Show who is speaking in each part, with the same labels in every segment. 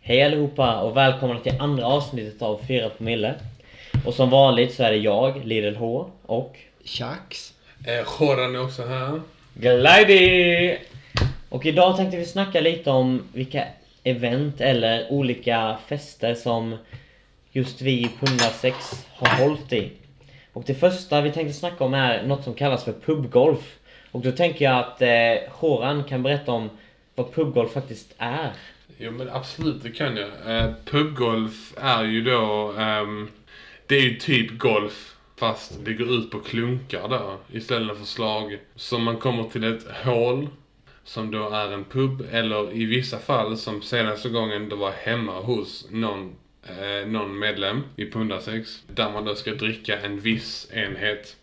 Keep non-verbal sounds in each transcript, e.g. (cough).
Speaker 1: Hej allihopa och välkomna till andra avsnittet av 4 promille. Och som vanligt så är det jag, Lidl H och
Speaker 2: Tjax.
Speaker 3: Eh, Jorran är också här.
Speaker 1: Glidy! Och idag tänkte vi snacka lite om vilka event eller olika fester som just vi på 106 har hållit i. Och det första vi tänkte snacka om är något som kallas för pubgolf. Och då tänker jag att eh, Horan kan berätta om vad pubgolf faktiskt är.
Speaker 3: Jo men absolut, det kan jag. Eh, pubgolf är ju då, ehm, det är ju typ golf. Fast det går ut på klunkar då, istället för slag. Så man kommer till ett hål, som då är en pub, eller i vissa fall, som senaste gången, det var hemma hos någon, eh, någon medlem i Pundasex. Där man då ska dricka en viss enhet.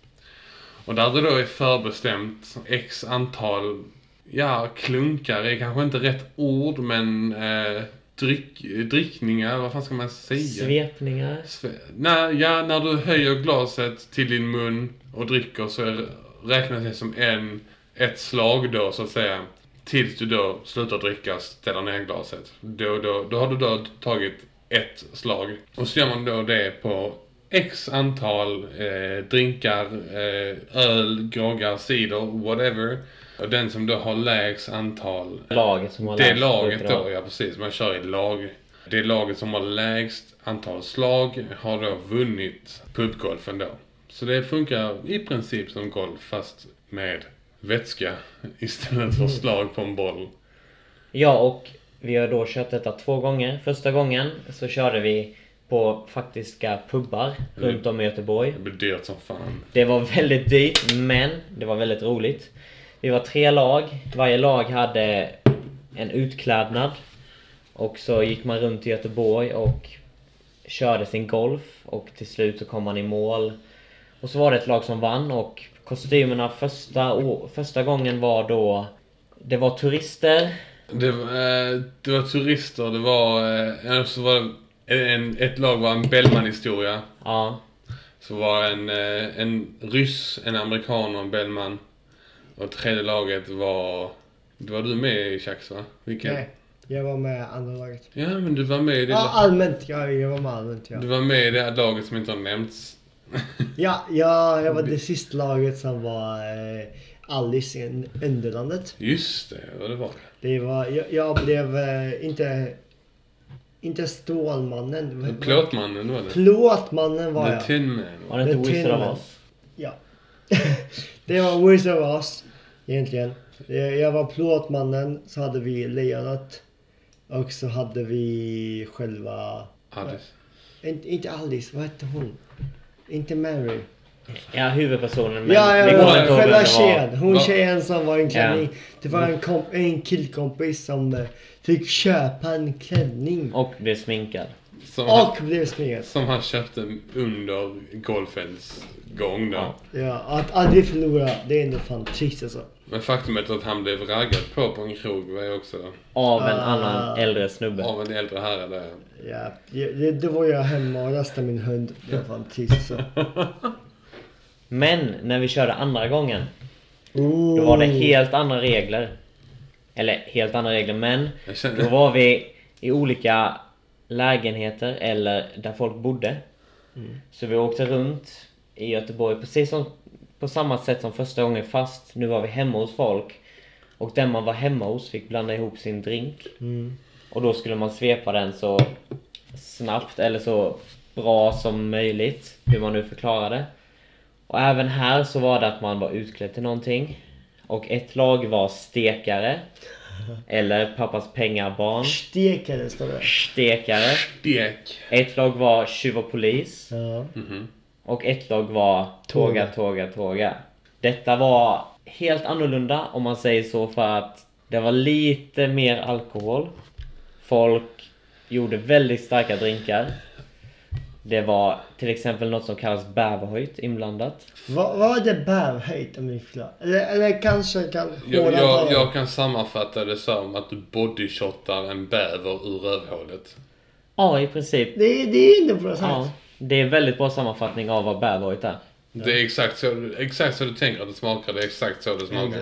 Speaker 3: Och där det då är förbestämt x antal, ja klunkar är kanske inte rätt ord men eh, dryck, drickningar, vad fan ska man säga?
Speaker 1: Svepningar.
Speaker 3: Sve- Nej, ja, när du höjer glaset till din mun och dricker så är, räknas det som en, ett slag då så att säga. Tills du då slutar dricka, ställer ner glaset. Då, då, då har du då tagit ett slag. Och så gör man då det på x antal eh, drinkar, eh, öl, groggar, cider, whatever. Och den som då har lägst antal
Speaker 1: Laget som har
Speaker 3: det är
Speaker 1: lägst
Speaker 3: laget
Speaker 1: punkter.
Speaker 3: då, ja precis. Man kör i lag. Det är laget som har lägst antal slag har då vunnit pubgolfen då. Så det funkar i princip som golf fast med vätska (laughs) istället för slag på en boll.
Speaker 1: Ja, och vi har då kört detta två gånger. Första gången så körde vi på faktiska pubbar runt om i Göteborg.
Speaker 3: Det blir dyrt som fan.
Speaker 1: Det var väldigt dyrt, men det var väldigt roligt. Vi var tre lag. Varje lag hade en utklädnad. Och så gick man runt i Göteborg och körde sin golf. Och till slut så kom man i mål. Och så var det ett lag som vann och kostymerna första, å- första gången var då... Det var turister,
Speaker 3: Det, var, eh, det var turister, det var... Eh, så var det en, ett lag var en Bellman-historia.
Speaker 1: ja,
Speaker 3: Så var en, eh, en ryss, en amerikan och en belman. Och tredje laget var... Det var du med i Chax va? Vilken?
Speaker 2: Nej, jag var med andra laget.
Speaker 3: Ja men du var med i det,
Speaker 2: Ja, allmänt. Ja, jag var med allmänt ja.
Speaker 3: du var med i det här laget som inte har nämnts. (laughs)
Speaker 2: Ja, ja jag var det sista laget som var eh, Alice i Underlandet.
Speaker 3: Just det, vad det var det.
Speaker 2: Det var, jag, jag blev eh, inte... Inte Stålmannen. vad-
Speaker 3: Plåtmannen var det.
Speaker 2: Plåtmannen Typ var
Speaker 3: The
Speaker 2: jag.
Speaker 3: Tin Man.
Speaker 1: Var det inte
Speaker 2: The
Speaker 1: Wizard
Speaker 2: Tin
Speaker 1: of
Speaker 2: Man.
Speaker 1: Oz?
Speaker 2: Ja. (laughs) det var Wizard of Oz egentligen. Eh, Jag var Plåtmannen, så hade vi Lejonet. Och så hade vi själva...
Speaker 3: Alice.
Speaker 2: Inte, inte Alice, vad hette hon? Inte Mary.
Speaker 1: Ja, huvudpersonen. Men
Speaker 2: Ja, ja,
Speaker 1: vi kommer inte ihåg vem
Speaker 2: ja. Själva
Speaker 1: det var.
Speaker 2: tjejen. Hon
Speaker 3: Va?
Speaker 2: tjejen som var en klänning.
Speaker 1: Ja.
Speaker 2: Det var en, komp- en killkompis som eh, fick köpa en klänning.
Speaker 1: Och blev sminkad.
Speaker 3: Som, han,
Speaker 2: Och blev sminkad.
Speaker 3: som han köpte under golfens gång då.
Speaker 1: Ja.
Speaker 2: Ja, att aldrig förlora, det är ändå fan trist alltså.
Speaker 3: Men faktumet att han blev raggad på på en krog var ju också
Speaker 1: Av en
Speaker 2: Ah.
Speaker 1: annan äldre snubbe.
Speaker 3: av en äldre herre där.
Speaker 2: Ja, det, det var jag hemma och rastade min hund. Det var fan
Speaker 1: (laughs)
Speaker 2: trist alltså.
Speaker 1: Men när vi körde andra gången,
Speaker 2: Ooh.
Speaker 1: då var det helt andra regler. Eller helt andra regler, men
Speaker 3: Jag känner-
Speaker 1: då var vi i olika lägenheter eller där folk bodde.
Speaker 2: Mm.
Speaker 1: Så vi åkte runt i Göteborg precis som, på samma sätt som första gången fast nu var vi hemma hos folk. Och den man var hemma hos fick blanda ihop sin drink.
Speaker 2: Mm.
Speaker 1: Och då skulle man svepa den så snabbt eller så bra som möjligt, hur man nu förklarar det. Och även här så var det att man var utklädd till någonting. Och ett lag var stekare. Eller pappas pengabarn.
Speaker 2: Stekare står det.
Speaker 1: Stekare.
Speaker 3: Dek.
Speaker 1: Ett lag var tjuv och polis.
Speaker 2: Ja.
Speaker 1: Mm. Och ett lag var tåga, tåga, tåga. Detta var helt annorlunda om man säger så för att det var lite mer alkohol. Folk gjorde väldigt starka drinkar. Det var till exempel något som kallas bäverhöjt inblandat.
Speaker 2: Vad vad var det bärhöjt om vi förlorar? Eller, eller kanske kan
Speaker 3: Jag,
Speaker 2: Håran
Speaker 3: jag,
Speaker 2: ta det?
Speaker 3: jag kan sammanfatta det som att du bodyshotar en bäver ur rövhålet.
Speaker 1: Ja, i princip.
Speaker 2: Det, det är ändå bra sagt.
Speaker 1: Ja, det är en väldigt bra sammanfattning av vad bäverhöjt är.
Speaker 3: Det är exakt så, exakt så du tänker att det smakar, det är exakt så det smakar.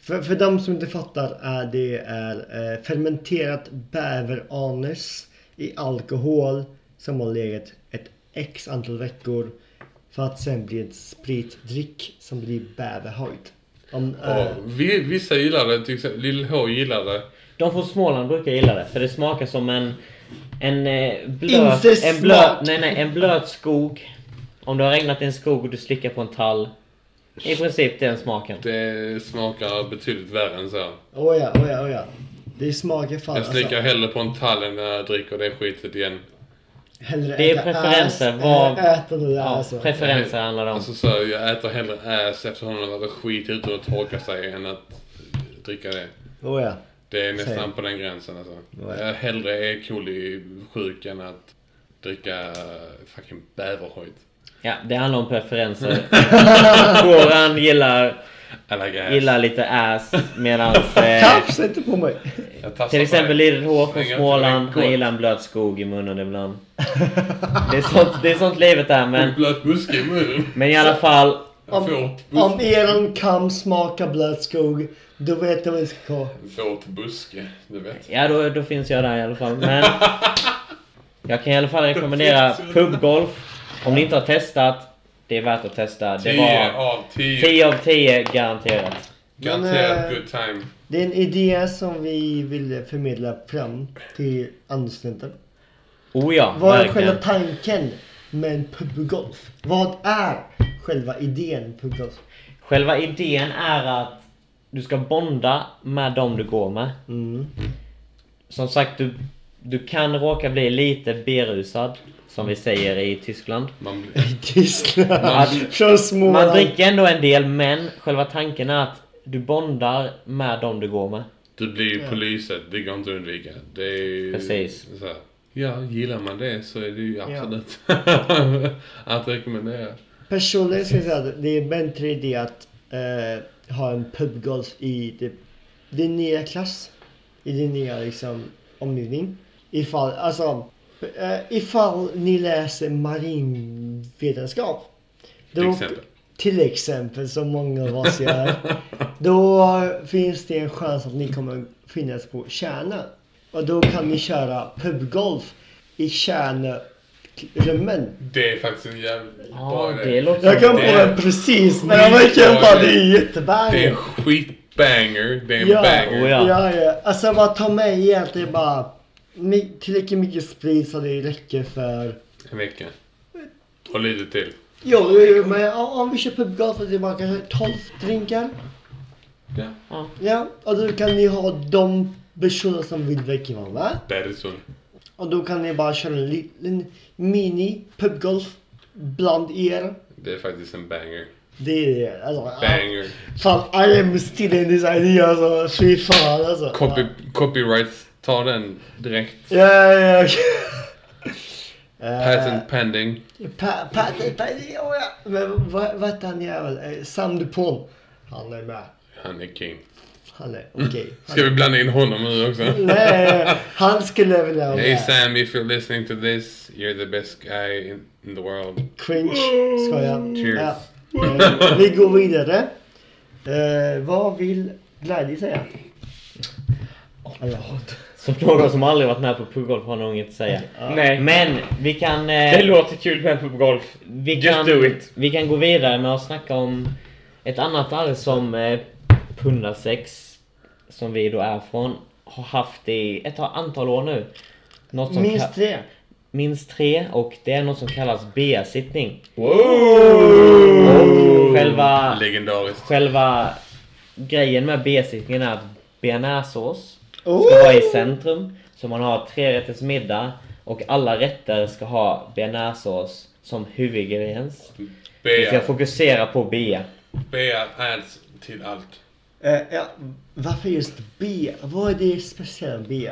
Speaker 2: För, för de som inte fattar är det är eh, fermenterat bäveranes i alkohol som har legat ett x antal veckor för att sen bli en spritdryck som blir bäverhöjd. Om, eh,
Speaker 3: Ja, vi- vissa gillar det, till exempel Lill H gillar det.
Speaker 1: De från Småland brukar gilla det för det smakar som en en eh, blöt,
Speaker 2: Incestsmak.
Speaker 1: en blöt, nej, nej, en blöt skog. Om det har regnat i en skog och du slickar på en tall. I princip den smaken.
Speaker 3: Det smakar betydligt värre än så.
Speaker 2: Åh oh ja, åh ja, åh ja. Det smakar fan
Speaker 3: Jag slickar
Speaker 2: alltså.
Speaker 3: hellre på en tall än när jag dricker det skitet igen.
Speaker 2: Hellre
Speaker 1: Det är
Speaker 2: äta
Speaker 1: preferenser,
Speaker 2: ass
Speaker 1: vad-
Speaker 2: än Äta det där
Speaker 1: Ja,
Speaker 2: alltså.
Speaker 1: preferenser handlar det om.
Speaker 3: Alltså så, jag äter hellre ass efter hon har varit skit utan att torka sig än att dricka det.
Speaker 2: Åh Oh ja.
Speaker 3: Det är nästan
Speaker 2: Säg.
Speaker 3: på den gränsen alltså.
Speaker 2: Nej.
Speaker 3: Jag hellre är coli-sjuk än att dricka eh, fucking bäverhojt.
Speaker 1: Ja, det handlar om preferenser. Goran gillar,
Speaker 3: I like ass.
Speaker 1: gillar lite ass medans eh,
Speaker 2: Tafsa inte
Speaker 3: (laughs)
Speaker 2: på mig!
Speaker 3: Jag tassar
Speaker 1: till
Speaker 3: på
Speaker 1: exempel
Speaker 3: dig.
Speaker 1: Lill H från
Speaker 3: Slänga
Speaker 1: Småland.
Speaker 3: till dig
Speaker 1: Han gillar en blöt skog i munnen ibland. Det är sånt, det är sånt livet är
Speaker 3: kort.
Speaker 1: men,
Speaker 3: En blöt buske i munnen.
Speaker 1: men i alla fall.
Speaker 3: En
Speaker 2: Om,
Speaker 3: Våt
Speaker 2: om
Speaker 3: buske.
Speaker 2: eran kam smakar blöt skog, då vet jag vad jag ska ha.
Speaker 3: Våt buske, du vet.
Speaker 1: Ja, då, då finns jag där i alla fall.
Speaker 3: (laughs)
Speaker 1: Men jag kan i alla fall rekommendera
Speaker 3: finns jag där.
Speaker 1: pubgolf. Om ni inte har testat, det är värt att testa. Det
Speaker 3: 10
Speaker 1: var
Speaker 3: av 10.
Speaker 1: 10 av 10 garanterat.
Speaker 3: Garanterat
Speaker 2: Men, eh,
Speaker 3: good time.
Speaker 2: Det är en idé som vi vill förmedla fram till andra studenter.
Speaker 1: Oh ja,
Speaker 2: Vad är själva
Speaker 1: verkligen.
Speaker 2: tanken med en pubgolf? Vad är själva idén med pubgolf?
Speaker 1: Själva idén är att du ska bonda med dem du går med.
Speaker 2: Mm.
Speaker 1: Som sagt, du, du kan råka bli lite berusad. Som vi säger i Tyskland.
Speaker 3: Man blir...
Speaker 2: I Tyskland.
Speaker 3: Man-
Speaker 2: Från
Speaker 1: Man
Speaker 2: Småland.
Speaker 1: dricker ändå en del, men själva tanken är att du bondar med dem du går med.
Speaker 3: Du blir ju polisen, det går inte att undvika. Det är ju
Speaker 1: Precis.
Speaker 3: Så här. Ja, gillar man det så är det ju absolut (laughs) att rekommendera.
Speaker 2: Personligen skulle jag säga att det är en bättre idé att eh, ha en pubgolf i typ din nya klass. I din nya liksom, omgivning. Ifall, alltså, eh, ifall ni läser marinvetenskap.
Speaker 3: Till
Speaker 2: då-
Speaker 3: exempel.
Speaker 2: Till exempel som många av
Speaker 3: (laughs)
Speaker 2: oss gör. Då finns det en chans att ni kommer finnas på Kärna. Och då kan ni köra pubgolf i kärnrummen.
Speaker 3: Det är faktiskt en jävligt
Speaker 1: Ja,
Speaker 3: bra idé.
Speaker 1: det låter
Speaker 2: Jag kom
Speaker 1: som-
Speaker 2: på
Speaker 3: Det-
Speaker 2: den precis men jag verkar bara det är
Speaker 3: Det är en
Speaker 2: jättebanger.
Speaker 3: skitbanger. Det är en
Speaker 2: Ja.
Speaker 3: banger.
Speaker 1: Oh, ja.
Speaker 2: Ja, ja. Alltså bara ta med egentligen bara mi- tillräckligt mycket sprit så det räcker för...
Speaker 3: En vecka. Och lite till.
Speaker 2: Jo, jo, jo, men ja, om vi kör pubgolf så är det bara kanske 12 drinkar.
Speaker 3: Ja.
Speaker 1: Ja.
Speaker 2: Ja, och då kan ni ha de personer som vill verkligen vara med.
Speaker 3: Bergsson.
Speaker 2: Och då kan ni bara köra en liten mini pubgolf bland er.
Speaker 3: Det är faktiskt en banger.
Speaker 2: Det är det. Alltså, ja.
Speaker 3: Banger.
Speaker 2: fan, I am still in this idea alltså. Fy fan alltså.
Speaker 3: Copy, copyright. Ta den direkt.
Speaker 2: Ja, ja, ja. Eh,
Speaker 3: Patent pending.
Speaker 2: Pa- Patent, patent, ja, ja. Men vad vad heter han jävel? Eh, Sam Dupont. Han är med.
Speaker 3: Han är king.
Speaker 2: Han är okej.
Speaker 3: Ska vi blanda in honom nu också?
Speaker 2: (laughs) Nej, han skulle vilja vara
Speaker 3: Hey
Speaker 2: med.
Speaker 3: Mm. Sam, if you're listening to this, you're the best guy in, in the world.
Speaker 2: Cringe. Skojar.
Speaker 3: Cheers.
Speaker 2: Ja. Eh, Vi går vidare. Eh, vad vill Gladys säga? Eller vad?
Speaker 1: Som någon som aldrig varit med på pubgolf har nog inget att säga.
Speaker 4: Nej,
Speaker 1: Men vi kan... eh,
Speaker 4: det låter kul med pubgolf.
Speaker 1: vi,
Speaker 4: just
Speaker 1: kan
Speaker 4: do it.
Speaker 1: vi kan gå vidare med att snacka om ett annat arv som eh, Pundasex, som vi då är från, har haft i ett antal år nu. Något som
Speaker 2: Minst
Speaker 1: ka-
Speaker 2: tre.
Speaker 1: minst tre och det är något som kallas B-sittning.
Speaker 4: Wow!
Speaker 1: Och själva,
Speaker 3: Legendariskt.
Speaker 1: själva grejen med B-sittningen är att bearnaisesås
Speaker 2: Oh!
Speaker 1: ska vara i centrum. Så man har trerätters middag och alla rätter ska ha bearnaisesås som huvudingrediens. Vi ska
Speaker 3: Bea.
Speaker 1: fokusera på bea.
Speaker 3: Bea adds till allt.
Speaker 2: Eh, ja. Varför just B? Vad är det speciella med B?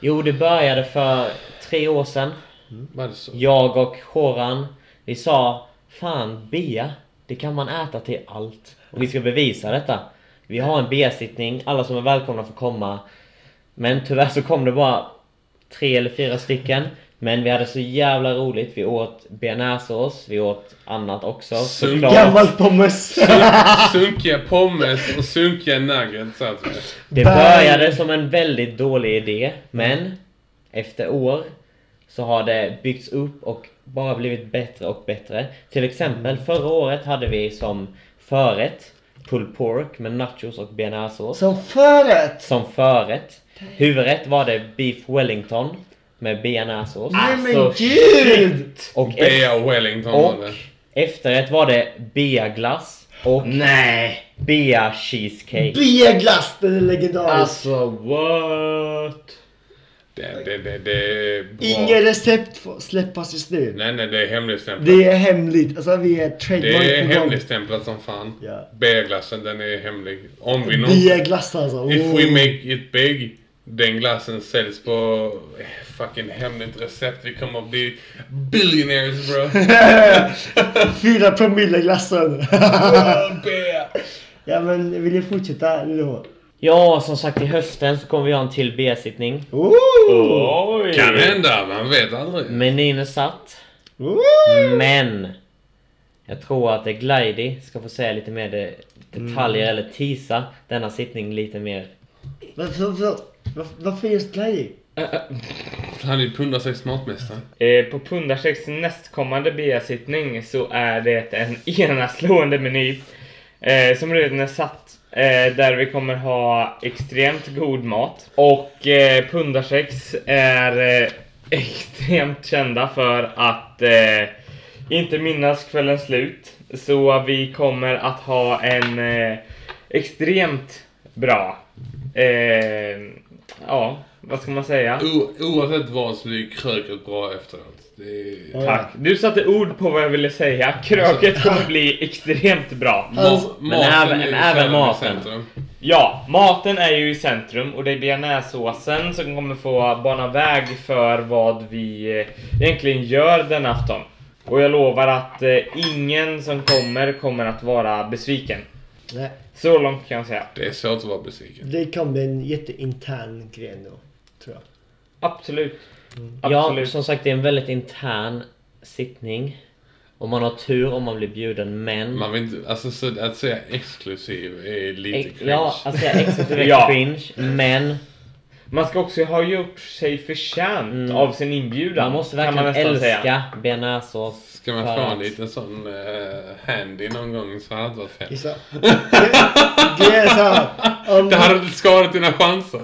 Speaker 1: Jo, det började för tre år sedan.
Speaker 3: Var det så? (laughs)
Speaker 1: Jag och Horan, vi sa Fan, bea, det kan man äta till allt. Och vi ska bevisa detta. Vi har en besittning, alla som är välkomna får komma. Men tyvärr så kom det bara tre eller fyra stycken.
Speaker 4: Men vi hade så jävla roligt. Vi åt bearnaisesås, vi åt annat också.
Speaker 3: Sunkiga-
Speaker 4: Såklart.
Speaker 2: Gammal
Speaker 3: (laughs)
Speaker 2: pommes!
Speaker 3: Sunkiga pommes och sunkiga nuggets alltså.
Speaker 4: Det började som en väldigt dålig idé,
Speaker 2: Mm.
Speaker 4: men efter år så har det byggts upp och bara blivit bättre och bättre. Till exempel
Speaker 2: Mm.
Speaker 4: förra året hade vi som förrätt pulled pork med nachos och bearnaisesås.
Speaker 2: Som förrätt!
Speaker 4: Som förrätt. Huvudrätt var det beef wellington med bearnaisesås.
Speaker 2: Nej men
Speaker 4: Alltså,
Speaker 2: gud!
Speaker 4: Och, e-
Speaker 3: Bea Wellington var
Speaker 4: och
Speaker 3: det.
Speaker 4: efterrätt var det beaglass och
Speaker 2: Mm.
Speaker 1: Nej!
Speaker 4: bea cheesecake.
Speaker 2: Biaglass, den är legendarisk!
Speaker 1: Alltså what?
Speaker 3: Det, det, det, det är bra.
Speaker 2: Inga recept får släppas just nu.
Speaker 3: Nej, nej, det är hemligstämplat.
Speaker 2: Det är hemligt. Alltså vi är trademark
Speaker 3: Det är
Speaker 2: på gång.
Speaker 3: hemligstämplat som fan.
Speaker 2: Ja.
Speaker 3: Bea-glassen, den är hemlig. Om vi någonsin...
Speaker 2: Biaglass alltså.
Speaker 3: If we
Speaker 2: Oh.
Speaker 3: make it big Den glassen säljs på eh, fucking hemligt recept. Vi kommer att bli billionaires bro.
Speaker 2: (laughs) (laughs) Fyra promille glassen.
Speaker 3: (laughs) Ah, bear.
Speaker 2: ja men vill ni fortsätta eller då?
Speaker 4: Ja, som sagt i hösten så kommer vi ha en till besittning.
Speaker 2: Oh.
Speaker 1: Oj!
Speaker 3: kan hända, man vet aldrig.
Speaker 4: Menyn är satt.
Speaker 2: Oh.
Speaker 4: Men! Jag tror att Glidey ska få säga lite mer de- detaljer eller tisa denna sittning lite mer.
Speaker 2: Varför, varför, varför, varför just Gladi?
Speaker 3: Han är ju pundarsex matmästare.
Speaker 1: Eh, på Pundarsäcks nästkommande beasittning så är det en (laughs) enastående meny eh, som redan är satt. Eh, där vi kommer ha extremt god mat. Och eh, Pundarsäcks är eh, (laughs) extremt kända för att eh, inte minnas kvällens slut. Så vi kommer att ha en eh, extremt bra, eh, ja, vad ska man säga?
Speaker 3: O- oavsett vad så blir kröket bra efteråt. Det är...
Speaker 1: Tack. Du satte ord på vad jag ville säga. Kröket kommer bli extremt bra.
Speaker 2: Alltså,
Speaker 3: Ma-
Speaker 4: men även-
Speaker 3: är ju
Speaker 4: även
Speaker 3: sällan i
Speaker 4: maten.
Speaker 3: centrum.
Speaker 1: Ja, maten är ju i centrum och det är bearnaisesåsen som kommer få bana väg för vad vi eh, egentligen gör den afton. Och jag lovar att eh, ingen som kommer kommer att vara besviken.
Speaker 2: Nej,
Speaker 1: Så långt kan jag säga.
Speaker 3: Det är svårt att vara besviken.
Speaker 2: det kan bli en jätteintern grej då. Tror jag.
Speaker 1: Absolut.
Speaker 4: Ja,
Speaker 1: Absolut.
Speaker 4: som sagt det är en väldigt intern sittning. Om man har tur om man blir bjuden, men...
Speaker 3: Man vill inte, alltså så, att säga exklusiv är lite
Speaker 4: Ex-
Speaker 3: cringe.
Speaker 4: ja, alltså exklusive
Speaker 1: (laughs) Ja.
Speaker 4: cringe, men
Speaker 1: Man ska också ha gjort sig förtjänt
Speaker 4: Mm.
Speaker 1: av sin inbjudan.
Speaker 4: man måste
Speaker 1: kan
Speaker 4: verkligen
Speaker 1: nästan säga.
Speaker 4: älska bearnaisesås.
Speaker 3: Ska man
Speaker 4: för
Speaker 3: få en
Speaker 4: att-
Speaker 3: liten sån eh, handy någon gång så hade det varit fett.
Speaker 2: Gissa. Det är såhär.
Speaker 3: Det hade
Speaker 2: Om,
Speaker 3: inte skadat dina chanser.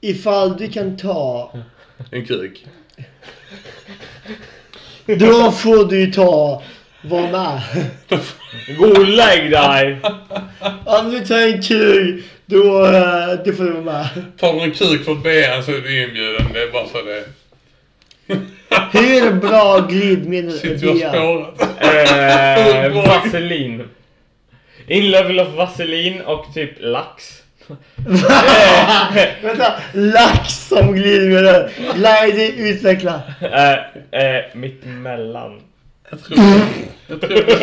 Speaker 2: ifall du kan ta.
Speaker 3: En kuk.
Speaker 2: Då får du ju ta. Var med.
Speaker 1: Gå och lägg dig!
Speaker 2: Om du tar en kul. Då, eh, då får du vara med.
Speaker 3: Tar du en kuk för B så är du inbjuden. Det är bara så det är.
Speaker 2: Hur bra glidmedel är
Speaker 3: Shit, vi har
Speaker 2: det?
Speaker 3: spårat.
Speaker 2: (laughs)
Speaker 1: Eh,
Speaker 3: Underbar.
Speaker 1: vaselin. In level of vaselin och typ
Speaker 2: (laughs)
Speaker 1: lax. eh,
Speaker 2: Vänta, lax som glidmedel. Glidey utveckla.
Speaker 1: eh, eh, mitt emellan.
Speaker 3: Jag tror, jag tror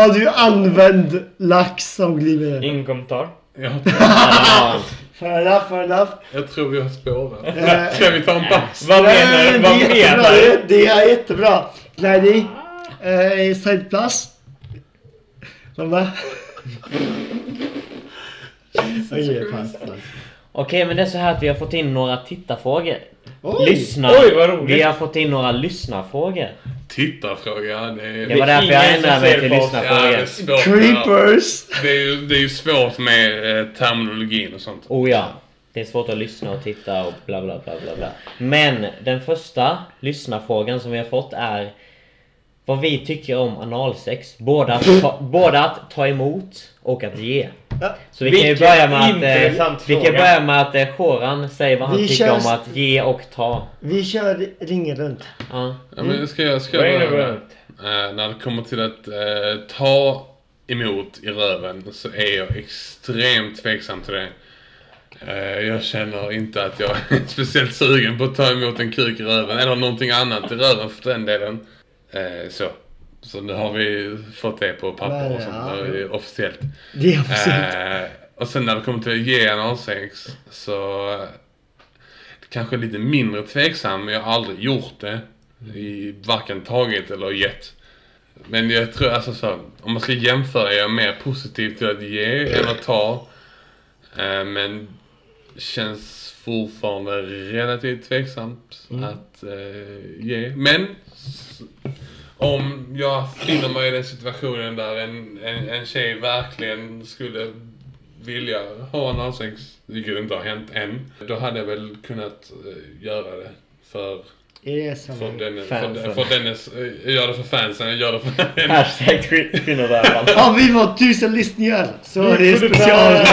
Speaker 2: Har du använt lax som glidmedel?
Speaker 1: Ingen kommentar.
Speaker 3: jag,
Speaker 4: Ja.
Speaker 2: Fair enough, fair enough.
Speaker 3: jag tror vi har spårat.
Speaker 2: Eh.
Speaker 3: Ska vi ta en paus?
Speaker 1: Vad
Speaker 2: Nej,
Speaker 1: menar du?
Speaker 2: det
Speaker 1: Vad
Speaker 2: är
Speaker 1: menar du?
Speaker 2: jättebra, Det är jättebra. Glidey. Eh, Sideplast. Mamma. Oj, pass, pass.
Speaker 4: Okej, men det är så här att vi har fått in några tittarfrågor.
Speaker 2: Oj!
Speaker 4: Lyssna.
Speaker 1: Oj, vad roligt.
Speaker 4: Vi har fått in några lyssnarfrågor.
Speaker 3: Tittarfråga. Det
Speaker 4: Det
Speaker 3: är,
Speaker 4: var därför jag
Speaker 1: ingen som
Speaker 4: ändrade mig
Speaker 1: ser
Speaker 4: till
Speaker 1: på oss.
Speaker 3: ja, det är
Speaker 4: lyssnarfrågor.
Speaker 3: svårt.
Speaker 2: Creepers!
Speaker 3: Det är, ju- det är ju svårt med eh, terminologin och sånt.
Speaker 4: Oh ja. Det är svårt att lyssna och titta och bla bla bla bla bla. Men den första lyssnarfrågan som vi har fått är vad vi tycker om analsex. Både
Speaker 2: (laughs)
Speaker 4: att ta, både att ta emot och att ge.
Speaker 2: Ja.
Speaker 4: Så vi kan ju
Speaker 1: Vilken
Speaker 4: börja med att, eh,
Speaker 1: intressant
Speaker 4: vi kan
Speaker 1: fråga.
Speaker 4: börja med att eh, Shoran säger vad han
Speaker 2: Vi
Speaker 4: tycker
Speaker 2: känns-
Speaker 4: om att ge och ta.
Speaker 2: Vi kör ringen runt.
Speaker 4: Ja.
Speaker 3: Ja, men ska jag, ska
Speaker 1: Vad är
Speaker 3: jag
Speaker 1: det
Speaker 3: börja?
Speaker 1: runt?
Speaker 3: Eh, när det kommer till att eh, ta emot i röven så är jag extremt tveksam till det. Eh, jag känner inte att jag (laughs) är speciellt sugen på att ta emot en kuk i röven eller någonting annat i röven för den delen. Eh, så. Så nu har vi fått det på papper och sånt där, eh, officiellt.
Speaker 2: Det är absolut.
Speaker 3: Eh, och sen när det kommer till att ge en A6 så eh, kanske lite mindre tveksam, men jag har aldrig gjort det. i varken tagit eller gett. Men jag tror alltså så här, om man ska jämföra jag är mer positiv till att ge än att ta. Eh, men känns fortfarande relativt tveksamt att eh, ge. Men s- om jag finner mig i den situationen där en, en, en tjej verkligen skulle vilja ha en analsex, vilket inte har hänt än, då hade jag väl kunnat eh, göra det för
Speaker 2: Är det
Speaker 3: för
Speaker 2: samma?
Speaker 3: Dennis, för,
Speaker 4: Fansen.
Speaker 3: för Dennis, eh, jag gör det för fansen, jag gör det för Dennis.
Speaker 4: Hashtag skit- kvinnorövan.
Speaker 2: Ja, vi var tusen lyssningar! Så det är special!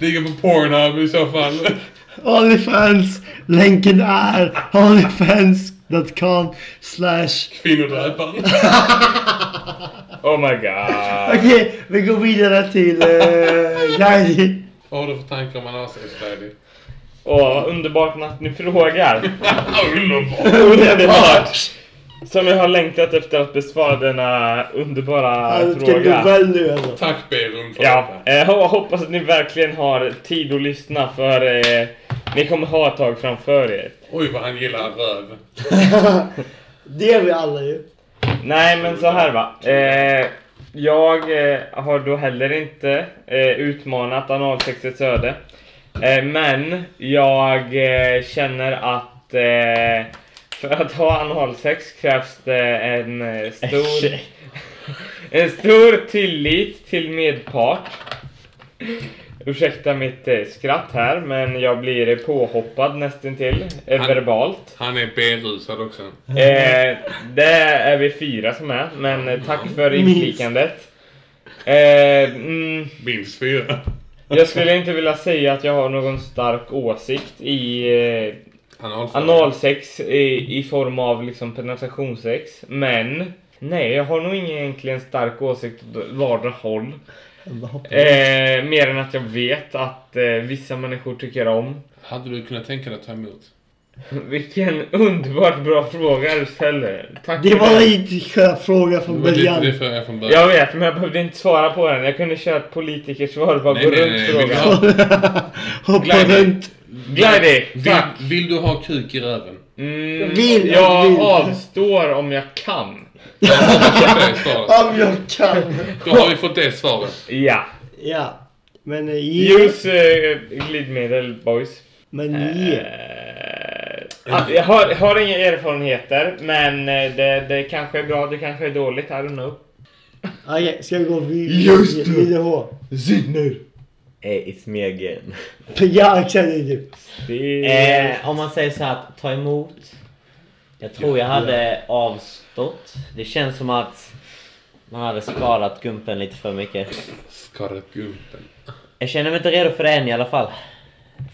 Speaker 3: Ligger på Pornhub i så fall.
Speaker 2: Onlyfans! Länken är onlyfans.com slash
Speaker 3: Kvinnodräparen.
Speaker 1: Oh my god.
Speaker 2: Okej, vi går vidare till uh, Gaidi.
Speaker 3: Vad har du för tankar om analsex Lady?
Speaker 1: Åh, underbart att ni frågar.
Speaker 3: (laughs) Underbart!
Speaker 1: Underbart! Som jag har längtat efter att besvara denna underbara
Speaker 2: Vilken
Speaker 1: fråga.
Speaker 2: novell nu alltså.
Speaker 3: Tack Berum för
Speaker 1: Ja,
Speaker 3: detta.
Speaker 1: eh, jag hoppas att ni verkligen har tid att lyssna för eh, ni kommer ha ett tag framför er.
Speaker 3: Oj vad han gillar röv.
Speaker 2: Det är vi alla ju.
Speaker 1: Nej men så här va. Eh, jag eh, har då heller inte eh, utmanat analsexets öde. Eh, men jag eh, känner att eh, för att ha analsex krävs det en eh, stor, (laughs) en stor tillit till medpart. Ursäkta mitt eh, skratt här men jag blir påhoppad nästintill eh,
Speaker 3: Han-
Speaker 1: verbalt.
Speaker 3: Han är berusad också.
Speaker 1: Eh, det är vi fyra som är, men eh, tack för inflikandet. Eh, mm,
Speaker 3: Minst fyra.
Speaker 1: jag skulle inte vilja säga att jag har någon stark åsikt i eh,
Speaker 3: Analfråga.
Speaker 1: analsex i, i form av liksom penetrationssex, men nej, jag har nog ingen egentligen stark åsikt åt vardera håll. Eh, mer än att jag vet att eh, vissa människor tycker om.
Speaker 3: Hade du kunnat tänka dig att ta emot?
Speaker 1: Vilken (laughs) underbart bra fråga du ställer. Tack
Speaker 2: Det
Speaker 1: för
Speaker 2: var en skön fråga
Speaker 3: Det
Speaker 2: från
Speaker 3: var lite det
Speaker 2: början.
Speaker 3: frågan jag från början.
Speaker 1: Jag vet, men jag behövde inte svara på den. Jag kunde köra ett politikersvar och bara
Speaker 3: Nej,
Speaker 1: gå
Speaker 3: nej,
Speaker 1: runt
Speaker 3: nej,
Speaker 1: frågan.
Speaker 3: vill du ha-
Speaker 1: (laughs)
Speaker 2: Hoppa
Speaker 3: Glädje.
Speaker 2: runt.
Speaker 1: Glidy, tack.
Speaker 3: Vill, vill du ha kuk i röven?
Speaker 1: (laughs) Mm,
Speaker 2: Vill,
Speaker 1: jag
Speaker 2: vill.
Speaker 1: avstår om jag kan.
Speaker 3: Då har vi fått det svaret.
Speaker 2: Om jag kan.
Speaker 3: Då har vi fått det svaret.
Speaker 1: Ja.
Speaker 2: Ja. Men eh, ge.
Speaker 1: Use eh, glidmedel, boys.
Speaker 2: Men
Speaker 1: Eh,
Speaker 2: ge.
Speaker 1: ah, jag har, har inga erfarenheter, men eh, det, det kanske är bra, det kanske är dåligt. I don't know.
Speaker 2: Okej, ska vi gå vidare?
Speaker 4: Just det.
Speaker 2: Nivå.
Speaker 4: Zidner! Eh, it's me again.
Speaker 2: Ja, exakt det är du.
Speaker 1: Det är...
Speaker 4: Eh, om man säger så här, att ta emot. Jag tror jag hade avstått. Det känns som att man hade skadat gumpen lite för mycket.
Speaker 3: Skarret gumpen.
Speaker 4: Jag känner mig inte redo för det än i alla fall.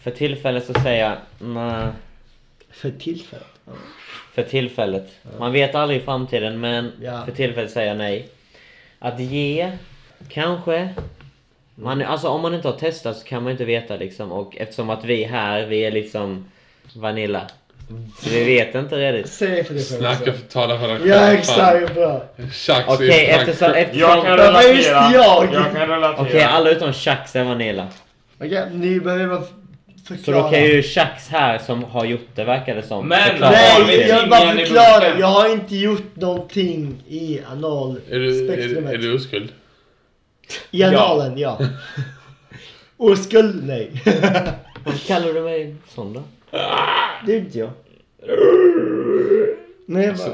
Speaker 4: För tillfället så säger jag nej.
Speaker 2: För tillfället.
Speaker 4: För tillfället. Man vet aldrig i framtiden men
Speaker 2: Ja.
Speaker 4: för tillfället säger jag nej. Att ge, kanske. Man, alltså om man inte har testat så kan man inte veta liksom. Och eftersom att vi här, vi är liksom Vanilla. Så vi vet inte redigt.
Speaker 2: Säg för dig själv.
Speaker 3: Snacka
Speaker 2: också.
Speaker 3: för tala för dig
Speaker 2: Ja,
Speaker 3: själv.
Speaker 2: exakt. Bra.
Speaker 3: Tjax
Speaker 4: Okej,
Speaker 3: är
Speaker 4: eftersom... eftersom
Speaker 1: Jag kan
Speaker 2: Vad
Speaker 1: relatera.
Speaker 2: visste jag?
Speaker 1: jag kan relatera.
Speaker 4: Okej, alla utom Chax är Vanilla.
Speaker 2: Okej, ni behöver bara förklara.
Speaker 4: Så då kan ju Chax här som har gjort det verkar det som.
Speaker 1: Men-
Speaker 4: förklara
Speaker 1: Ja,
Speaker 2: Nej,
Speaker 4: det.
Speaker 2: jag vill
Speaker 1: ingen
Speaker 2: bara
Speaker 1: i
Speaker 2: förklara.
Speaker 1: bunken.
Speaker 2: Jag har inte gjort någonting i
Speaker 3: Är du, är, du- är
Speaker 2: analspektrumet.
Speaker 3: du oskuld?
Speaker 2: I analen, (laughs) ja. Oskuld, nej.
Speaker 4: Varför kallar du mig sån då?
Speaker 2: Det är inte jag. Nej, jag bara...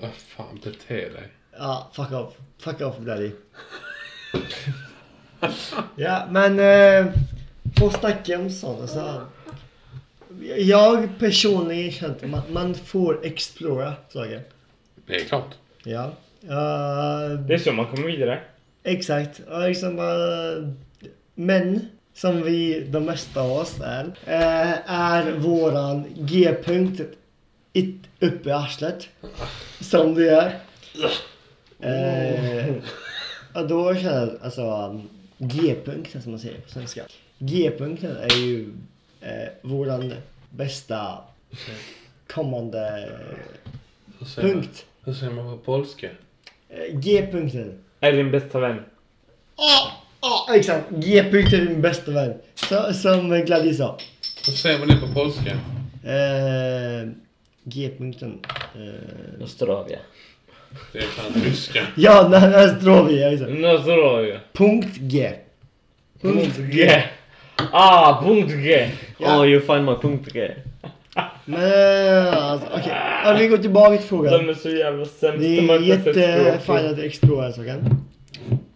Speaker 3: Vad fan, bete dig.
Speaker 2: Ja, fuck off. Fuck off, daddy. ja, men... Eh, får snacka om sådana så här. Jag personligen känner att man, man får explora saker.
Speaker 3: Det är klart.
Speaker 2: Ja. Eh,
Speaker 1: Det är så man kommer vidare.
Speaker 2: Exakt. Och liksom, eh, men som vi, de mesta av oss är, eh, är våran G-punkt it- uppe i arslet. Som det är. Eh, och då känner jag, alltså G-punkten som man säger på svenska. G-punkten är ju eh, våran bästa kommande
Speaker 3: Hur säger, man,
Speaker 2: punkt.
Speaker 3: hur säger man på polska?
Speaker 2: Eh, G-punkten.
Speaker 1: Är din bästa vän.
Speaker 2: Ja, ja, exakt. G-punkt är min bästa vän. Så, som Gladys sa.
Speaker 3: Hur säger man det på polska?
Speaker 2: Eh, G-punkten. Eh,
Speaker 4: Nostrovia.
Speaker 3: Det är fan ryska.
Speaker 2: ja, nä- näst drar vi. ja, exakt.
Speaker 1: Nostrovia.
Speaker 2: Punkt G.
Speaker 1: Punkt G. Ah, punkt G.
Speaker 2: Ja.
Speaker 4: Oh, you find my punkt G.
Speaker 2: Men alltså, okej. Ja, vi går tillbaka till
Speaker 1: De
Speaker 2: frågan.
Speaker 1: är så jävla sämst.
Speaker 2: Det
Speaker 1: De har
Speaker 2: är
Speaker 1: inte sett språk.
Speaker 2: jättefajnat extra här saken.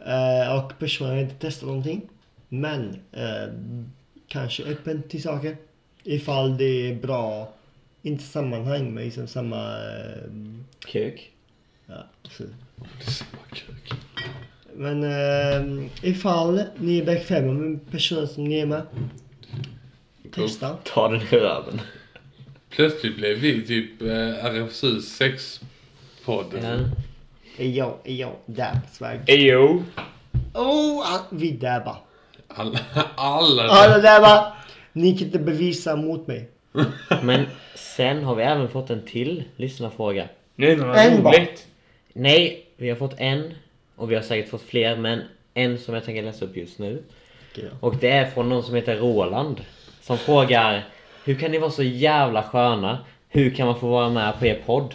Speaker 2: Eh, och personligen har jag inte testat någonting. Men eh, kanske öppen till saker. Ifall det är bra, inte sammanhang men liksom samma... eh,
Speaker 4: Kuk.
Speaker 2: ja, så.
Speaker 3: Det är samma kuk.
Speaker 2: Men eh, ifall ni är bekväma med personen som ni är med. Testa.
Speaker 4: Ta den i röven.
Speaker 3: Plötsligt blev vi typ eh, RFSU sexpodden.
Speaker 4: Ja.
Speaker 2: Ejo, ejo, dab, swag.
Speaker 1: Ejo.
Speaker 2: Oh, ah, vi dabbar.
Speaker 3: Alla, alla,
Speaker 2: Alla dabbar! Ni kan inte bevisa mot mig.
Speaker 4: Men sen har vi även fått en till lyssnarfråga.
Speaker 1: Nu är det något
Speaker 2: En bara.
Speaker 1: roligt.
Speaker 4: Nej, vi har fått en. Och vi har säkert fått fler, men en som jag tänker läsa upp just nu.
Speaker 2: Okej då.
Speaker 4: Och det är från någon som heter Roland. Som frågar Hur kan ni vara så jävla sköna? Hur kan man få vara med på er podd?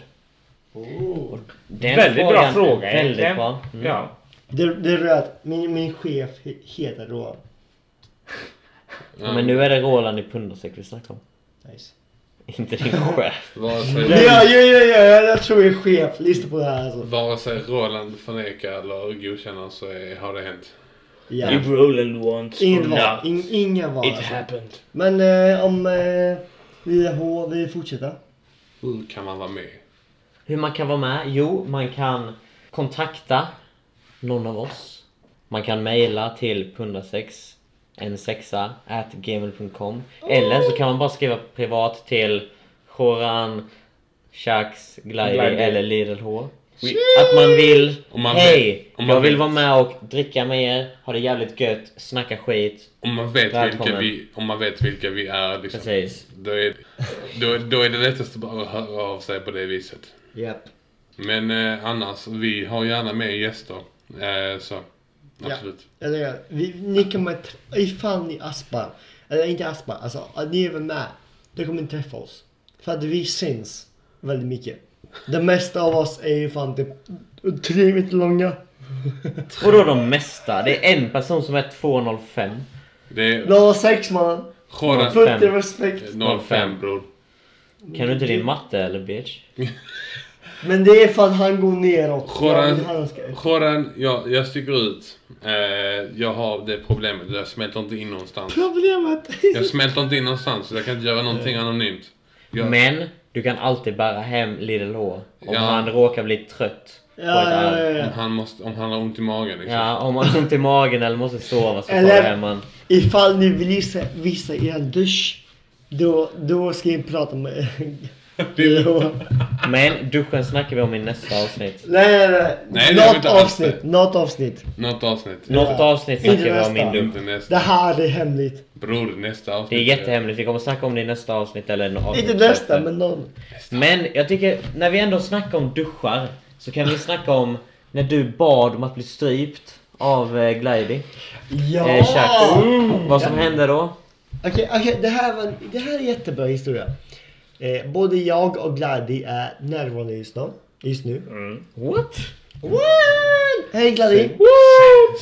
Speaker 2: Oh.
Speaker 4: Och den
Speaker 1: Väldigt bra
Speaker 4: frågan-
Speaker 1: fråga
Speaker 4: Väldigt
Speaker 1: egentligen.
Speaker 4: bra. Mm.
Speaker 1: Ja.
Speaker 2: Det, det rör att min, min chef he- heter Roland.
Speaker 4: Ja, Men nu är det Roland i pundarsäck vi snackar om. (laughs)
Speaker 2: Nice.
Speaker 4: Inte din chef.
Speaker 3: (laughs) Vare sig,
Speaker 2: Ja, ja, ja, ja, ja, jag tror jag är chef. Lyssna på det här alltså.
Speaker 3: vare sig Roland förnekar eller godkänner så är, har det hänt.
Speaker 2: Ja.
Speaker 1: If Roland wants
Speaker 2: Inget
Speaker 1: or
Speaker 2: val.
Speaker 1: not,
Speaker 2: In, inga val.
Speaker 1: It
Speaker 2: Alltså.
Speaker 1: happened.
Speaker 2: Men eh, om eh, vi är H, vi fortsätter.
Speaker 3: Hur kan man vara med?
Speaker 4: Hur man kan vara med? Jo, man kan kontakta någon av oss. Man kan mejla till pundarsex en sexa at gmail.com Eller så kan man bara skriva privat till Horan, Shax, Glidey
Speaker 1: Glidey.
Speaker 4: eller Lidl H. Att man vill,
Speaker 3: Om man
Speaker 4: hej!
Speaker 3: vet- om man
Speaker 4: jag vill
Speaker 3: vet."
Speaker 4: vara med och dricka med er, ha det jävligt gött, snacka skit.
Speaker 3: Om man vet, vilka
Speaker 4: Välkommen.
Speaker 3: vi, om man vet vilka vi är liksom,
Speaker 4: Precis.
Speaker 3: då, är, då, då är det lättast att bara höra av sig på det viset.
Speaker 2: Japp.
Speaker 3: Men eh, annars, vi har gärna med gäster. Eh, så,
Speaker 2: Ja.
Speaker 3: absolut.
Speaker 2: Eller vi, ni kommer, tr- ifall ni aspar, eller inte aspar, alltså att ni är väl med, då kommer ni träffa oss. För att vi syns väldigt mycket. Det mesta av oss är ju fan typ tre meter långa.
Speaker 4: Och då de mesta. Det är en person som är 205.
Speaker 3: Det är
Speaker 2: 06 man.
Speaker 3: Roland
Speaker 4: Fem.
Speaker 2: Full respekt.
Speaker 3: 05 bror.
Speaker 4: Kan du inte din matte eller bitch?
Speaker 2: Men det är för att han går neråt.
Speaker 3: Roland,
Speaker 2: Ja, han ska-
Speaker 3: Roland jag, jag sticker ut. Eh, jag har det problemet, jag smälter inte in någonstans.
Speaker 2: Problemet.
Speaker 3: Jag smälter inte in någonstans, så jag kan inte göra någonting anonymt. Jag,
Speaker 4: Men du kan alltid bära hem Little H om
Speaker 3: Ja.
Speaker 4: han råkar bli trött. på ett
Speaker 2: (laughs) Ja, ja,
Speaker 4: ärende.
Speaker 2: ja,
Speaker 3: om,
Speaker 2: ja.
Speaker 3: han måste, om han har ont i magen liksom.
Speaker 4: ja, om man har ont i magen eller måste sova så
Speaker 2: Eller-
Speaker 4: tar hem han.
Speaker 2: Ifall ni vill visa, visa er dusch, då, då ska ni prata med...
Speaker 4: Men duschen snackar vi om i nästa avsnitt.
Speaker 2: Nej, nej, nej.
Speaker 3: Nej, det
Speaker 2: något
Speaker 3: vill jag inte
Speaker 2: avsnitt. Något avsnitt.
Speaker 3: Något avsnitt.
Speaker 4: Något avsnitt snackar
Speaker 2: Inte
Speaker 4: vi om min
Speaker 2: nästa.
Speaker 4: dusch.
Speaker 3: Inte nästa.
Speaker 2: Det här är hemligt.
Speaker 3: Bror, nästa avsnitt.
Speaker 4: Det är jättehemligt, vi kommer snacka om det i nästa avsnitt eller en avsnitt
Speaker 2: Inte nästa,
Speaker 4: efter.
Speaker 2: men någon.
Speaker 4: Men jag tycker, när vi ändå snackar om duschar så kan vi snacka om när du bad om att bli strypt av eh, Glady.
Speaker 2: Ja!
Speaker 4: Eh, Shax. Vad som
Speaker 2: Ja.
Speaker 4: hände då?
Speaker 2: Okej, okej, det här var en, det här är en jättebra historia. Eh, både jag och Gladdy är närvarande just nu. Just nu.
Speaker 3: Mm.
Speaker 4: What?
Speaker 2: Hej Gladdy!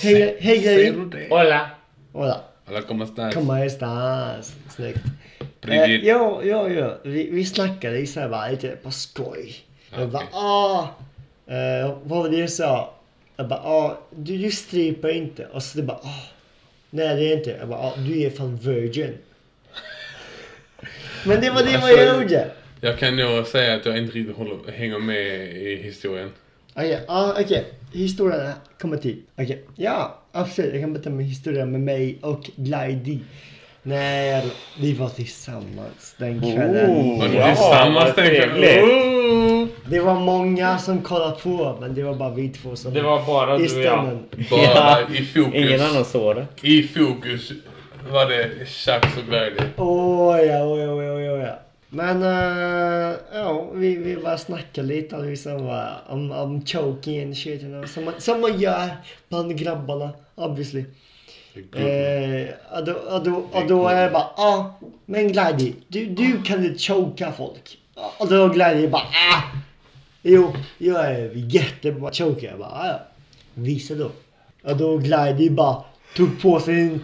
Speaker 2: Hej, hej Gladdy!
Speaker 1: Hola.
Speaker 2: Hola!
Speaker 3: Alla kommer snart.
Speaker 2: Kom här stans. Snyggt. Eh,
Speaker 3: Bridget.
Speaker 2: ja, ja, ja. Vi, vi snackade i så här typ, bara lite på skoj. Jag bara
Speaker 3: Okej.
Speaker 2: ah. Eh, vad var det jag sa? Jag bara ah, du, du striper inte. Och så du bara ah. Nej det är inte. Jag bara ah, du är fan virgin. Men det var det vad jag gjorde.
Speaker 3: Jag kan nog säga att jag inte riktigt håller, hänger med i historien.
Speaker 2: Okej, ah, okej. Historien kommer till. Okej, ja absolut. Jag kan berätta min historia med mig och Glidey. När vi var tillsammans den kvällen.
Speaker 3: Var ni
Speaker 1: Ja,
Speaker 3: tillsammans
Speaker 1: vad
Speaker 3: tänkte jag?
Speaker 1: trevligt.
Speaker 3: "Ooh."
Speaker 2: Det var många som kollade på men det var bara vi två som
Speaker 1: Det var bara
Speaker 2: i
Speaker 1: du och jag.
Speaker 2: stämmen.
Speaker 3: Bara
Speaker 4: Ja,
Speaker 3: i fokus.
Speaker 4: Ingen annan såg det.
Speaker 3: I fokus var det Chucks och Glady.
Speaker 2: Åh ja, oj, oj, oj, oj, ja. Men eh, ja, vi, vi bara snackade lite liksom bara, om, om choking and shit. You know, som, man, som man gör bland grabbarna obviously. Eh, och då, och då, och då är det bara, ja ah, men Gladi, du, du kan inte choka folk. Och då Glennie bara ah! Jo, jag är jättebra choker. Jag bara ah, ja. Visa då. Och då Glennie bara tog på sig en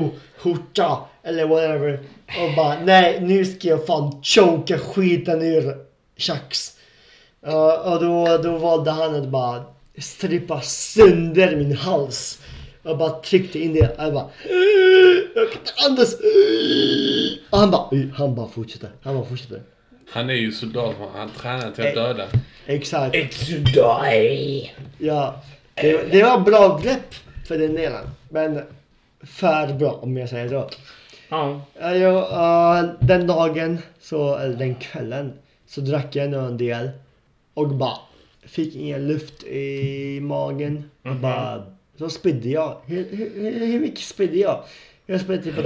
Speaker 2: testo-skjorta eller whatever. Och bara nej nu ska jag fan choka skiten ur Chucks. Ja, och då, då valde han att bara strippa sönder min hals. Jag bara tryckte in det. Jag bara... Jag kan inte andas. Och han bara... Han bara fortsätter. Han bara fortsätter.
Speaker 3: Han är ju soldat, man. han tränar till att
Speaker 2: Eh.
Speaker 3: döda.
Speaker 2: Exakt.
Speaker 4: Exudai!
Speaker 2: Ja. Det, det var bra grepp för den delen. Men för bra om jag säger så.
Speaker 1: Ja.
Speaker 2: Ja, jo, eh, den dagen, så, eller den kvällen, så drack jag nog en del. Och bara fick ingen luft i magen. Och
Speaker 1: Mhm.
Speaker 2: bara, så spydde jag. Hur, hur, hur mycket spydde jag? Jag spydde typ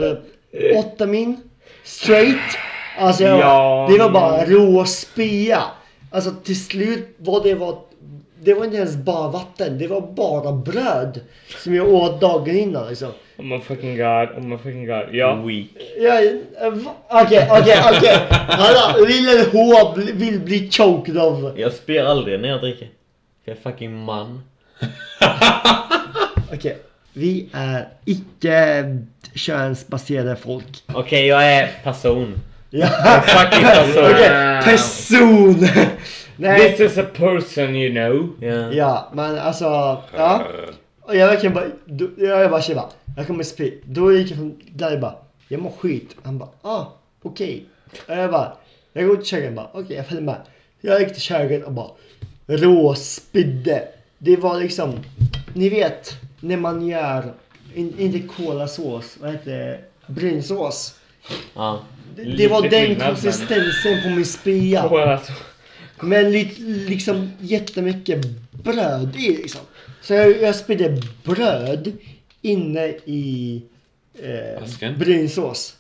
Speaker 2: typ åtta min. Straight. Alltså jag,
Speaker 1: Ja.
Speaker 2: det var bara rå spya. Alltså till slut var det var det var inte ens bara vatten, det var bara bröd som jag åt dagen innan liksom.
Speaker 1: Oh my fucking god, oh my fucking god. Ja.
Speaker 4: Weak.
Speaker 2: Ja, eh, va- Okej, okej, okej. Hallå, Lille H bl- vill bli choked av...
Speaker 4: Jag spyr aldrig när jag dricker. För jag är fucking man.
Speaker 2: Okej, vi är icke könsbaserade folk.
Speaker 4: Okej, jag är person.
Speaker 2: Ja,
Speaker 4: Fucking person.
Speaker 2: okej. Person! Nej,
Speaker 1: This is a person you know.
Speaker 4: Ja.
Speaker 2: ja, men alltså, ja. Och jag verkligen bara, då, jag bara tjena, jag kommer spy. Då gick jag från där jag bara, jag mår skit. Han bara, ah, okej. Och jag bara, jag går till köket och bara, okej jag följer med. Jag gick till köket och bara råspydde. Det var liksom, ni vet när man gör, in, inte kolasås, vad heter det, brynsås.
Speaker 4: Ja.
Speaker 2: Det, det
Speaker 1: Lite
Speaker 2: var den
Speaker 1: skillnad, men-
Speaker 2: konsistensen på min spya.
Speaker 1: Och alltså,
Speaker 2: Men li- liksom jättemycket bröd i liksom. Så jag, jag spydde bröd inne i eh,
Speaker 3: Asken.
Speaker 2: brynsås.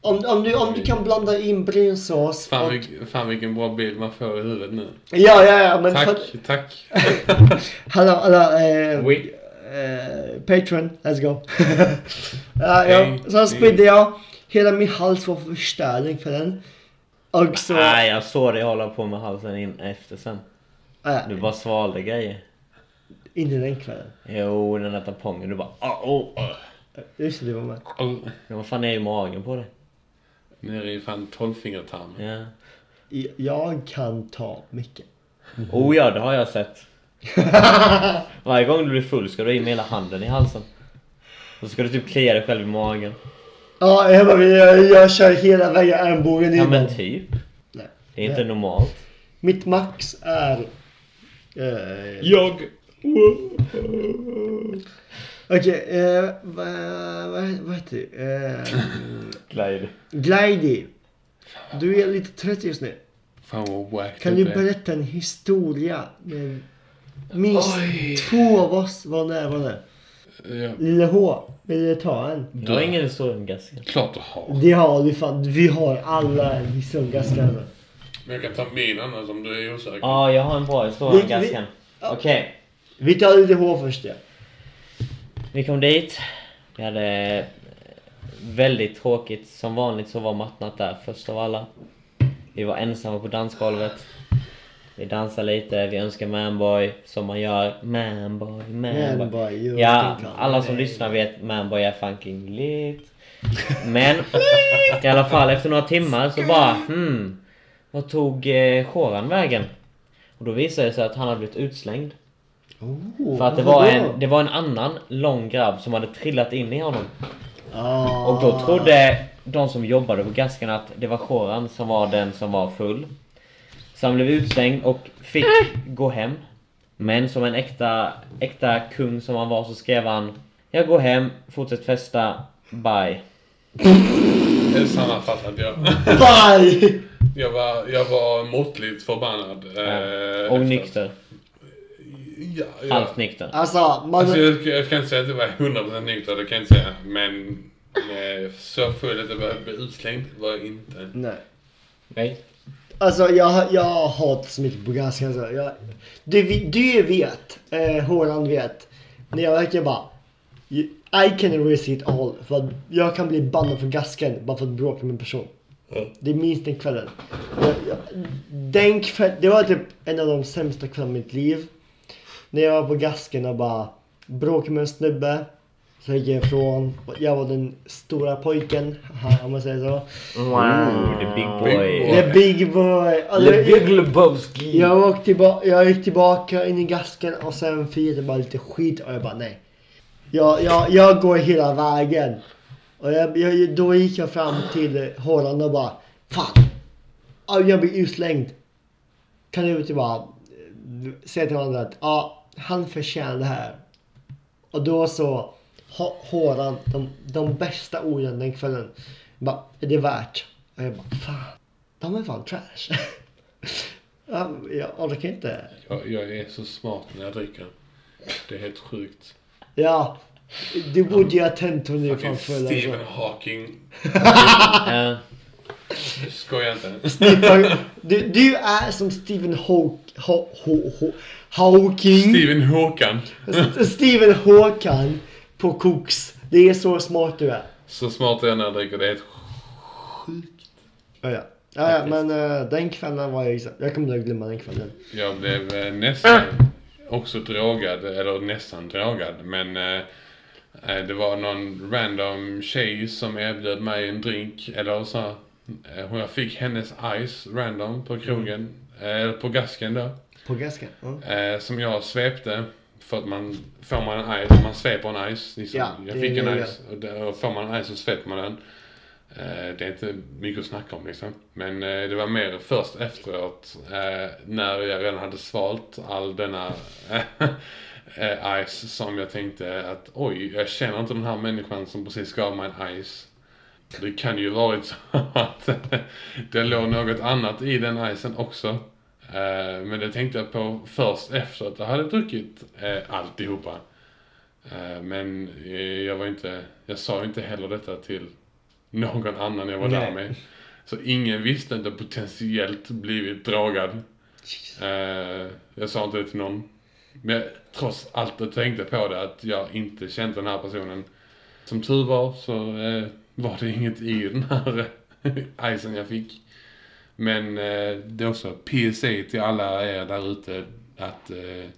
Speaker 2: Om, om, du, om du kan blanda in brynsås
Speaker 3: Fan,
Speaker 2: och...
Speaker 3: vilk, fan vilken bra bild man får i huvudet nu.
Speaker 2: Ja, ja, ja, men...
Speaker 3: Tack,
Speaker 2: för-
Speaker 3: tack.
Speaker 2: Hallå, hallå, eh,
Speaker 1: we,
Speaker 2: eh, Patreon, let's go. (laughs) ja, ja,
Speaker 3: Hej,
Speaker 2: så spydde jag. Hela min hals var förstörd för den. Och så...
Speaker 4: Nej, jag såg dig hålla på med halsen in efter sen.
Speaker 2: Eh,
Speaker 4: Du bara svalde grejer.
Speaker 2: inte den kvällen.
Speaker 4: Jo, den där tampongen. Du bara... "Ah, oh, ah."
Speaker 2: Just det, du var med.
Speaker 3: All-
Speaker 4: Men vad fan är ju magen på dig?
Speaker 3: Nere i fan tolvfingertarmen.
Speaker 4: Ja.
Speaker 2: Jag kan ta mycket.
Speaker 4: Oh ja, det har jag sett. Varje gång du blir full ska du ha in hela handen i halsen. Och så ska du typ klia dig själv i magen.
Speaker 2: (laughs) Ja, jag, bara, jag, jag kör hela vägen armbågen
Speaker 4: Ja
Speaker 2: in.
Speaker 4: men typ.
Speaker 2: Nej.
Speaker 4: Det är inte normalt.
Speaker 2: Mitt max är... Eh,
Speaker 1: jag...
Speaker 2: Okej, eh, vad vad vad heter det? Eh,
Speaker 4: Glide.
Speaker 2: Glidey. Du är lite trött just nu.
Speaker 3: Fan vad wack
Speaker 2: Kan
Speaker 3: det
Speaker 2: du
Speaker 3: blev.
Speaker 2: berätta en historia? Med minst två av oss var närvarande.
Speaker 3: Ja,
Speaker 2: Lille H, vill du ta en?
Speaker 4: Du har ingen historia om gasken.
Speaker 3: klart du har.
Speaker 2: Det har du fan. Vi har alla en historia. ska jag-
Speaker 3: Men jag kan ta min annars om du är osäker.
Speaker 4: Ja, jag har en bra historia om
Speaker 2: Vi-
Speaker 4: gasken.
Speaker 2: vi-
Speaker 4: Okej.
Speaker 2: Vi tar Lille H först ja.
Speaker 4: Vi kom dit. Vi hade eh, väldigt tråkigt. Som vanligt så var Mattnatt där först av alla. Vi var ensamma på dansgolvet. Vi dansade lite, vi önskade manboy som man gör. Manboy, manboy.
Speaker 2: Manboy, you
Speaker 4: Eh, ja,
Speaker 2: fucking cunt.
Speaker 4: alla som lyssnar vet manboy är fucking lit. Men i alla fall efter några timmar så bara hmm. Vad tog eh, Shoran vägen? Och då visade det sig att han hade blivit utslängd.
Speaker 2: Oh,
Speaker 4: För att det var, en, det var en annan lång grabb som hade trillat in i honom.
Speaker 2: Ah.
Speaker 4: Och då trodde de som jobbade på gasken att det var Shoran som var den som var full. Så han blev utslängd och fick gå hem. Men som en äkta, äkta kung som han var så skrev han Jag går hem, fortsätt festa, bye.
Speaker 3: Det är sammanfattat. Jag,
Speaker 2: Bye!
Speaker 3: jag, var, jag var måttligt förbannad. eh, efter.
Speaker 4: Och nykter.
Speaker 3: Ja, ja.
Speaker 4: Halvt nykter.
Speaker 2: Alltså, man...
Speaker 3: Alltså, jag, jag kan inte säga att det var 100% nykter, det kan jag inte säga. Men eh, så full att jag behövde bli utslängd var jag inte.
Speaker 2: Nej.
Speaker 1: Nej.
Speaker 2: Alltså jag, jag hatar så mycket på ganska alltså. jag, du, vi- du vet, eh, Håland vet. När jag verkligen bara... I can risk it all. För att jag kan bli bannad för gasken bara för att bråka med en person. Det minns den kvällen. Jag, jag, den kväll, det var typ en av de sämsta kvällarna i mitt liv. När jag var på gasken och bara bråkade med en snubbe. Så gick jag ifrån. Jag var den stora pojken, (laughs) haha, om man säger så.
Speaker 4: Ooh, the big boy.
Speaker 2: The big boy. Alltså,
Speaker 5: Le Big
Speaker 2: jag,
Speaker 5: Lebowski.
Speaker 2: jag, åkte tillba- jag gick tillbaka in i gasken och sen fick jag bara lite skit och jag bara nej. Jag, jag, jag går hela vägen. Och jag, jag, då gick jag fram till Håran och bara Fan! Ja, Jag blir utslängd. Kan du inte bara eh, säga till honom att ja, han förtjänar det här. Och då så ha- Håran de, de bästa orden den kvällen. Bara, är det värt? Och jag bara fan, de är fan trash. Ja, jag orkar inte.
Speaker 3: Jag, jag är så smart när jag dricker. Det är helt sjukt.
Speaker 2: Ja, du borde ju ha tänt hon är
Speaker 3: Fucking
Speaker 2: fan full. alltså.
Speaker 3: Stephen Hawking.
Speaker 4: Ja.
Speaker 3: Skoja inte.
Speaker 2: Stephen- Du, du är som Stephen Hawk, Haw- Haw- Haw- Hawking.
Speaker 3: Stephen Håkan.
Speaker 2: Stephen Hawking på koks. Det är så smart du är.
Speaker 3: Så smart är jag när jag dricker. Det är helt sjukt.
Speaker 2: Ja, ja. Ja, ja, men eh, den kvällen var jag liksom, jag kommer aldrig glömma den kvällen.
Speaker 3: Jag blev eh, nästan också drogad, eller nästan drogad, men eh, eh, det var någon random tjej som erbjöd mig en drink, eller så. eh, och Jag fick hennes ice random på krogen,
Speaker 2: Mm.
Speaker 3: eh, eller på gasken då,
Speaker 2: På ganska. Ja.
Speaker 3: eh, som jag svepte. För att man, får man en ice, man sveper en ice. Liksom.
Speaker 2: Ja,
Speaker 3: jag
Speaker 2: det
Speaker 3: fick
Speaker 2: är
Speaker 3: en
Speaker 2: det.
Speaker 3: ice, och, där, och får man en ice så sveper man den. Eh, Det är inte mycket att snacka om liksom. Men eh, det var mer först efteråt eh, när jag redan hade svalt all denna (laughs) eh, ice som jag tänkte att oj, jag känner inte den här människan som precis gav mig en ice. Det kan ju varit så (laughs) att det låg något annat i den icen också. Eh, Men det tänkte jag på först efter att jag hade druckit eh, alltihopa. Eh, Men eh, jag var inte, jag sa ju inte heller detta till någon annan jag var där
Speaker 2: Nej.
Speaker 3: med. Så ingen visste att jag potentiellt blivit dragad. Eh, Jag sa inte det till någon. Men jag, trots allt jag tänkte på det att jag inte kände den här personen. Som tur var så eh, var det inget i den här (laughs) icen jag fick. Men eh, det är också PSA till alla er där ute att eh,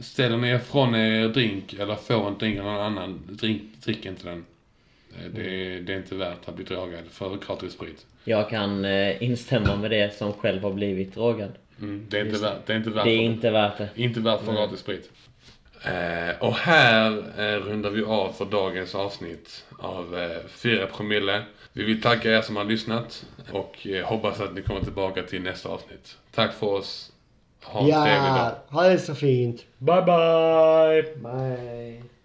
Speaker 3: ställer ni er från er drink eller får en drink av någon annan, drink, drick inte den. Eh,
Speaker 4: Mm.
Speaker 3: Det, det är inte värt att bli drogad för gratis sprit.
Speaker 4: Jag kan eh, instämma med det som själv har blivit drogad.
Speaker 3: Mm, det, är inte värt, det är inte värt
Speaker 4: Det är
Speaker 3: för-
Speaker 4: inte värt det.
Speaker 3: Inte värt för gratis sprit. Eh, och här eh, rundar vi av för dagens avsnitt av eh, 4 promille. Vi vill tacka er som har lyssnat och eh, hoppas att ni kommer tillbaka till nästa avsnitt. Tack för oss. Ha en trevlig dag.
Speaker 2: Ja, ha det så fint.
Speaker 1: Bye bye!
Speaker 2: Bye.